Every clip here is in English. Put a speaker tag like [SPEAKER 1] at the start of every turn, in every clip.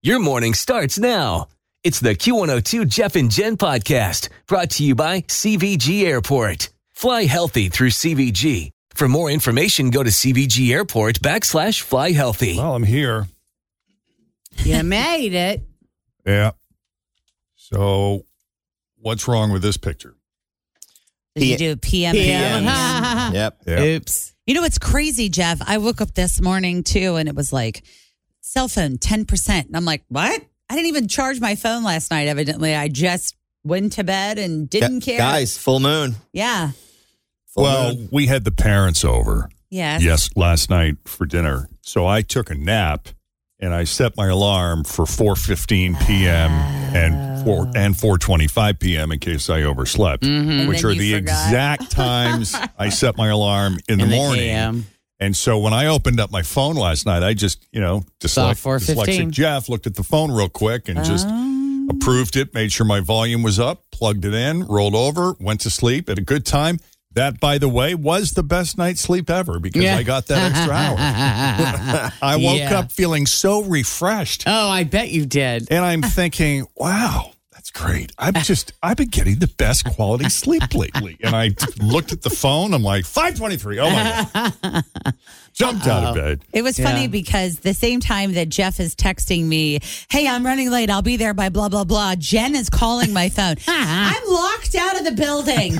[SPEAKER 1] Your morning starts now. It's the Q102 Jeff and Jen podcast brought to you by CVG Airport. Fly healthy through CVG. For more information, go to CVG Airport backslash fly healthy.
[SPEAKER 2] Well, I'm here.
[SPEAKER 3] You made it.
[SPEAKER 2] Yeah. So, what's wrong with this picture?
[SPEAKER 3] Did you do PM?
[SPEAKER 4] Yep.
[SPEAKER 2] Yeah.
[SPEAKER 5] Oops.
[SPEAKER 3] You know what's crazy, Jeff? I woke up this morning too, and it was like cell phone ten percent, and I'm like, what? I didn't even charge my phone last night. Evidently, I just went to bed and didn't
[SPEAKER 4] Gu-
[SPEAKER 3] care.
[SPEAKER 4] Guys, full moon.
[SPEAKER 3] Yeah.
[SPEAKER 4] Full
[SPEAKER 2] well,
[SPEAKER 4] moon.
[SPEAKER 2] we had the parents over.
[SPEAKER 3] Yes.
[SPEAKER 2] Yes, last night for dinner. So I took a nap and I set my alarm for 4:15 p.m. and 4 and 4:25 p.m. in case I overslept,
[SPEAKER 3] And
[SPEAKER 2] which
[SPEAKER 3] then
[SPEAKER 2] are
[SPEAKER 3] you
[SPEAKER 2] the
[SPEAKER 3] forgot.
[SPEAKER 2] exact times I set my alarm in, the morning.
[SPEAKER 5] AM.
[SPEAKER 2] And so when I opened up my phone last night, I just, you know,
[SPEAKER 5] Saw
[SPEAKER 2] dyslexic,
[SPEAKER 5] 4:15.
[SPEAKER 2] dyslexic Jeff looked at the phone real quick and just approved it, made sure my volume was up, plugged it in, rolled over, went to sleep at a good time. That, by the way, was the best night's sleep ever because
[SPEAKER 5] Yeah.
[SPEAKER 2] I got that extra hour. I woke
[SPEAKER 5] Yeah.
[SPEAKER 2] up feeling so refreshed.
[SPEAKER 5] Oh, I bet you did.
[SPEAKER 2] And I'm thinking, wow, that's great. I'm just, I've been getting the best quality sleep lately. And I looked at the phone. I'm like, 523. Oh, my God. Jumped out
[SPEAKER 5] Oh.
[SPEAKER 2] of bed.
[SPEAKER 3] It was funny because the same time that Jeff is texting me, "Hey, I'm running late. I'll be there by blah blah blah." Jen is calling my phone. I'm locked out of the building.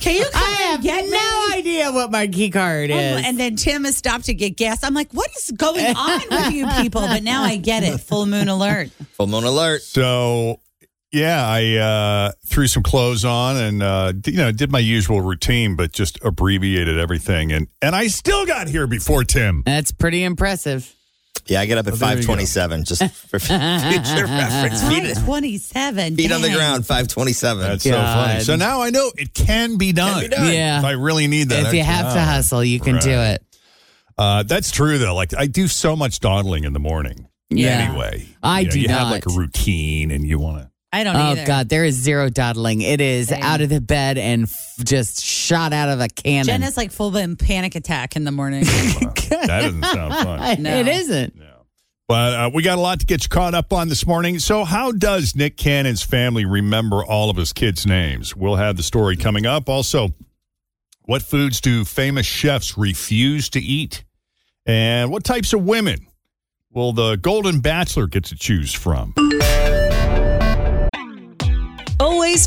[SPEAKER 3] Can you come
[SPEAKER 5] I have
[SPEAKER 3] and get me?
[SPEAKER 5] no idea what my key card
[SPEAKER 3] Oh,
[SPEAKER 5] is.
[SPEAKER 3] and then Tim has stopped to get gas. I'm like, what is going on with you people? But now I get it. Full moon alert.
[SPEAKER 4] Full moon alert.
[SPEAKER 2] So, yeah, I uh, threw some clothes on and uh, d- you know did my usual routine, but just abbreviated everything. And and I still got here before Tim.
[SPEAKER 5] That's pretty impressive.
[SPEAKER 4] Yeah, I get up
[SPEAKER 5] Oh,
[SPEAKER 4] at
[SPEAKER 2] there you go.
[SPEAKER 4] 527 just for future reference. Feet,
[SPEAKER 3] 527.
[SPEAKER 4] feet on the
[SPEAKER 3] Dang.
[SPEAKER 4] ground, 527.
[SPEAKER 2] That's so
[SPEAKER 5] God.
[SPEAKER 2] funny. So now I know it can be done.
[SPEAKER 4] be done.
[SPEAKER 5] Yeah.
[SPEAKER 2] If I really need that.
[SPEAKER 5] if you
[SPEAKER 2] extra
[SPEAKER 5] have to
[SPEAKER 2] hour.
[SPEAKER 5] hustle, you can do
[SPEAKER 2] Right.
[SPEAKER 5] it.
[SPEAKER 2] Uh, that's true though. Like I do so much dawdling in the morning.
[SPEAKER 5] Yeah.
[SPEAKER 2] Anyway,
[SPEAKER 5] I
[SPEAKER 2] you
[SPEAKER 5] do
[SPEAKER 2] you have
[SPEAKER 5] not.
[SPEAKER 2] like a routine, and you want to.
[SPEAKER 3] I don't
[SPEAKER 5] Oh
[SPEAKER 3] either.
[SPEAKER 5] God, there is zero dawdling. It is
[SPEAKER 3] Same.
[SPEAKER 5] out of the bed and f- just shot out of a cannon.
[SPEAKER 3] Jen is like full blown panic attack in the morning.
[SPEAKER 2] That doesn't sound fun.
[SPEAKER 3] No.
[SPEAKER 5] It isn't.
[SPEAKER 2] But uh, we got a lot to get you caught up on this morning. So, how does Nick Cannon's family remember all of his kids' names? We'll have the story coming up. Also, what foods do famous chefs refuse to eat? And what types of women will the Golden Bachelor get to choose from?
[SPEAKER 6] Always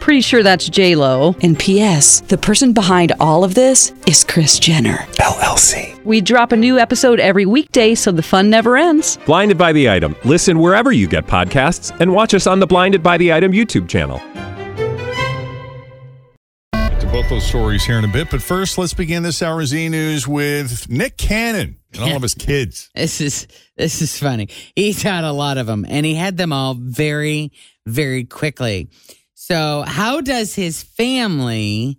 [SPEAKER 7] Pretty sure that's J Lo.
[SPEAKER 6] And P.S. The person behind all of this is Chris Jenner.
[SPEAKER 8] LLC.
[SPEAKER 7] We drop a new episode every weekday, so the fun never ends.
[SPEAKER 8] Blinded by the item. Listen wherever you get podcasts, and watch us on the Blinded by the Item YouTube channel.
[SPEAKER 2] Get to both those stories here in a bit. But first, let's begin this hour's Z News with Nick Cannon and all of his kids.
[SPEAKER 5] This is this is funny. He's had a lot of them, and he had them all very, very quickly. So, how does his family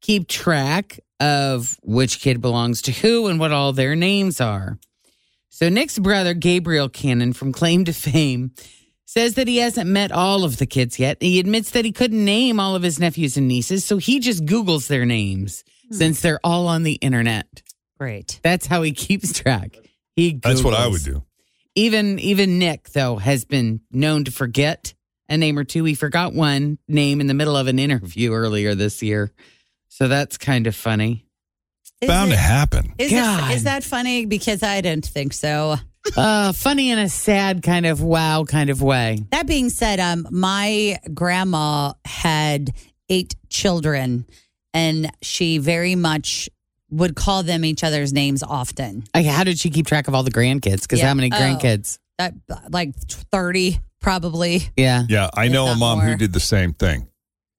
[SPEAKER 5] keep track of which kid belongs to who and what all their names are? So Nick's brother, Gabriel Cannon, from claim to fame, says that he hasn't met all of the kids yet. He admits that he couldn't name all of his nephews and nieces, so he just Googles their names since they're all on the internet.
[SPEAKER 3] Great.
[SPEAKER 5] That's how he keeps track. He Googles.
[SPEAKER 2] That's what I would do.
[SPEAKER 5] Even even Nick though has been known to forget a name or two. He forgot one name in the middle of an interview earlier this year. So that's kind of funny.
[SPEAKER 3] Is
[SPEAKER 2] Bound
[SPEAKER 3] it-
[SPEAKER 2] to happen.
[SPEAKER 3] Is, it,
[SPEAKER 5] God.
[SPEAKER 3] is that funny? Because I don't think so.
[SPEAKER 5] Uh funny in a sad kind of wow kind of way.
[SPEAKER 3] That being said, um, my grandma had eight children, and she very much would call them each other's names often.
[SPEAKER 5] Like how did she keep track of all the grandkids? Because
[SPEAKER 3] Yeah.
[SPEAKER 5] how many
[SPEAKER 3] Oh.
[SPEAKER 5] grandkids?
[SPEAKER 3] That like thirty, probably.
[SPEAKER 5] Yeah.
[SPEAKER 2] Yeah, I
[SPEAKER 3] If
[SPEAKER 2] know a
[SPEAKER 3] not
[SPEAKER 2] mom who
[SPEAKER 3] more.
[SPEAKER 2] did the same thing.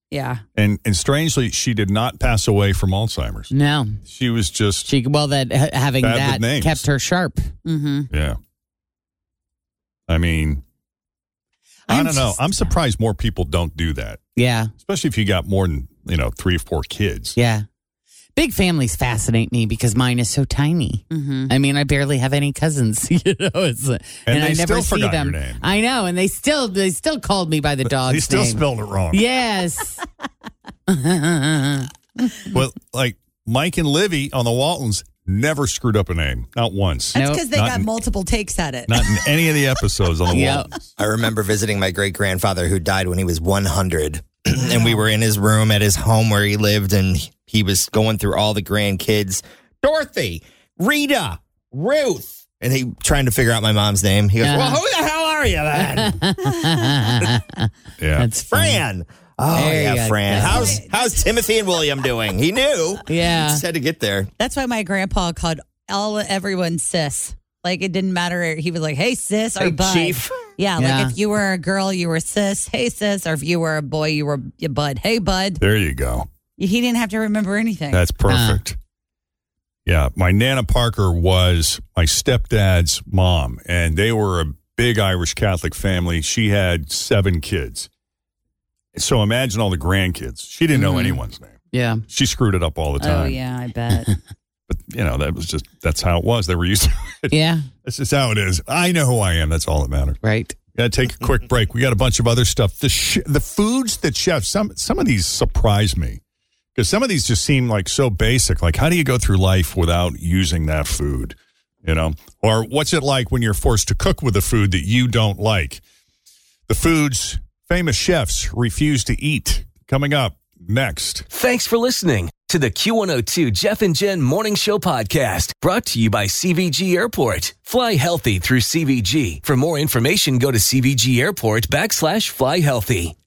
[SPEAKER 3] Yeah.
[SPEAKER 2] And and strangely, she did not pass away from Alzheimer's.
[SPEAKER 5] No.
[SPEAKER 2] She was just
[SPEAKER 5] She well that ha- having
[SPEAKER 2] Bad with
[SPEAKER 5] that
[SPEAKER 2] names.
[SPEAKER 5] kept her sharp.
[SPEAKER 3] Mm-hmm.
[SPEAKER 2] yeah. I mean, I'm I
[SPEAKER 5] I'm
[SPEAKER 2] do not know.
[SPEAKER 5] just-
[SPEAKER 2] I'm surprised more people don't do that,
[SPEAKER 5] Yeah.
[SPEAKER 2] especially if you got more than you know three or four kids.
[SPEAKER 5] Yeah. Big families fascinate me because mine is so tiny.
[SPEAKER 3] Mm-hmm.
[SPEAKER 5] I mean, I barely have any cousins, you know. It's, and
[SPEAKER 2] they
[SPEAKER 5] I
[SPEAKER 2] still
[SPEAKER 5] never see
[SPEAKER 2] forgot
[SPEAKER 5] them.
[SPEAKER 2] your name.
[SPEAKER 5] I know, and they still they still called me by the dog's
[SPEAKER 2] They still
[SPEAKER 5] name.
[SPEAKER 2] spelled it wrong.
[SPEAKER 5] yes.
[SPEAKER 2] Well, like Mike and Livy on the Waltons never screwed up a name, not once,
[SPEAKER 3] That's
[SPEAKER 5] Nope.
[SPEAKER 3] because they
[SPEAKER 2] Not
[SPEAKER 3] got
[SPEAKER 2] in-
[SPEAKER 3] multiple takes at it.
[SPEAKER 2] not in any of the episodes on the
[SPEAKER 5] Yeah.
[SPEAKER 2] Waltons.
[SPEAKER 4] I remember visiting my great grandfather who died when he was 100. and we were in his room at his home where he lived, and he was going through all the grandkids Dorothy, Rita, Ruth. And he trying to figure out my mom's name. He goes, Well, who the hell are you then?
[SPEAKER 2] Yeah,
[SPEAKER 5] That's funny.
[SPEAKER 4] Fran. Oh,
[SPEAKER 5] There you
[SPEAKER 4] yeah,
[SPEAKER 5] go.
[SPEAKER 4] Fran.
[SPEAKER 5] That's
[SPEAKER 4] How's, how's Timothy and William doing? He knew.
[SPEAKER 5] Yeah.
[SPEAKER 4] Just had to get there.
[SPEAKER 3] That's why my grandpa called all everyone sis. Like it didn't matter. He was like, "Hey sis" or
[SPEAKER 4] Hey,
[SPEAKER 3] "bud."
[SPEAKER 4] chief.
[SPEAKER 3] Yeah,
[SPEAKER 5] Yeah.
[SPEAKER 3] like if you were a girl, you were sis. Hey sis, or if you were a boy, you were your bud. Hey bud.
[SPEAKER 2] there you go.
[SPEAKER 3] He didn't have to remember anything.
[SPEAKER 2] That's
[SPEAKER 3] Uh-huh.
[SPEAKER 2] perfect. yeah, my Nana Parker was my stepdad's mom, and they were a big Irish Catholic family. She had seven kids. So imagine all the grandkids. She didn't know
[SPEAKER 5] Mhm.
[SPEAKER 2] anyone's name.
[SPEAKER 5] Yeah.
[SPEAKER 2] She screwed it up all the time.
[SPEAKER 3] Mm-hmm. oh yeah, I bet.
[SPEAKER 2] But you know, that was just that's how it was. They were used to it.
[SPEAKER 5] Yeah.
[SPEAKER 2] That's just how it is. I know who I am. That's all that matters.
[SPEAKER 5] Right.
[SPEAKER 2] Gotta take a quick break. We got a bunch of other stuff. The sh- the foods that chefs some some of these surprise me because some of these just seem like so basic. Like how do you go through life without using that food? You know, or what's it like when you're forced to cook with a food that you don't like? The foods famous chefs refuse to eat. Coming up next.
[SPEAKER 1] Thanks for listening to the Q102 Jeff and Jen Morning Show Podcast, brought to you by CVG Airport. Fly healthy through CVG. For more information, go to CVG Airport backslash fly healthy.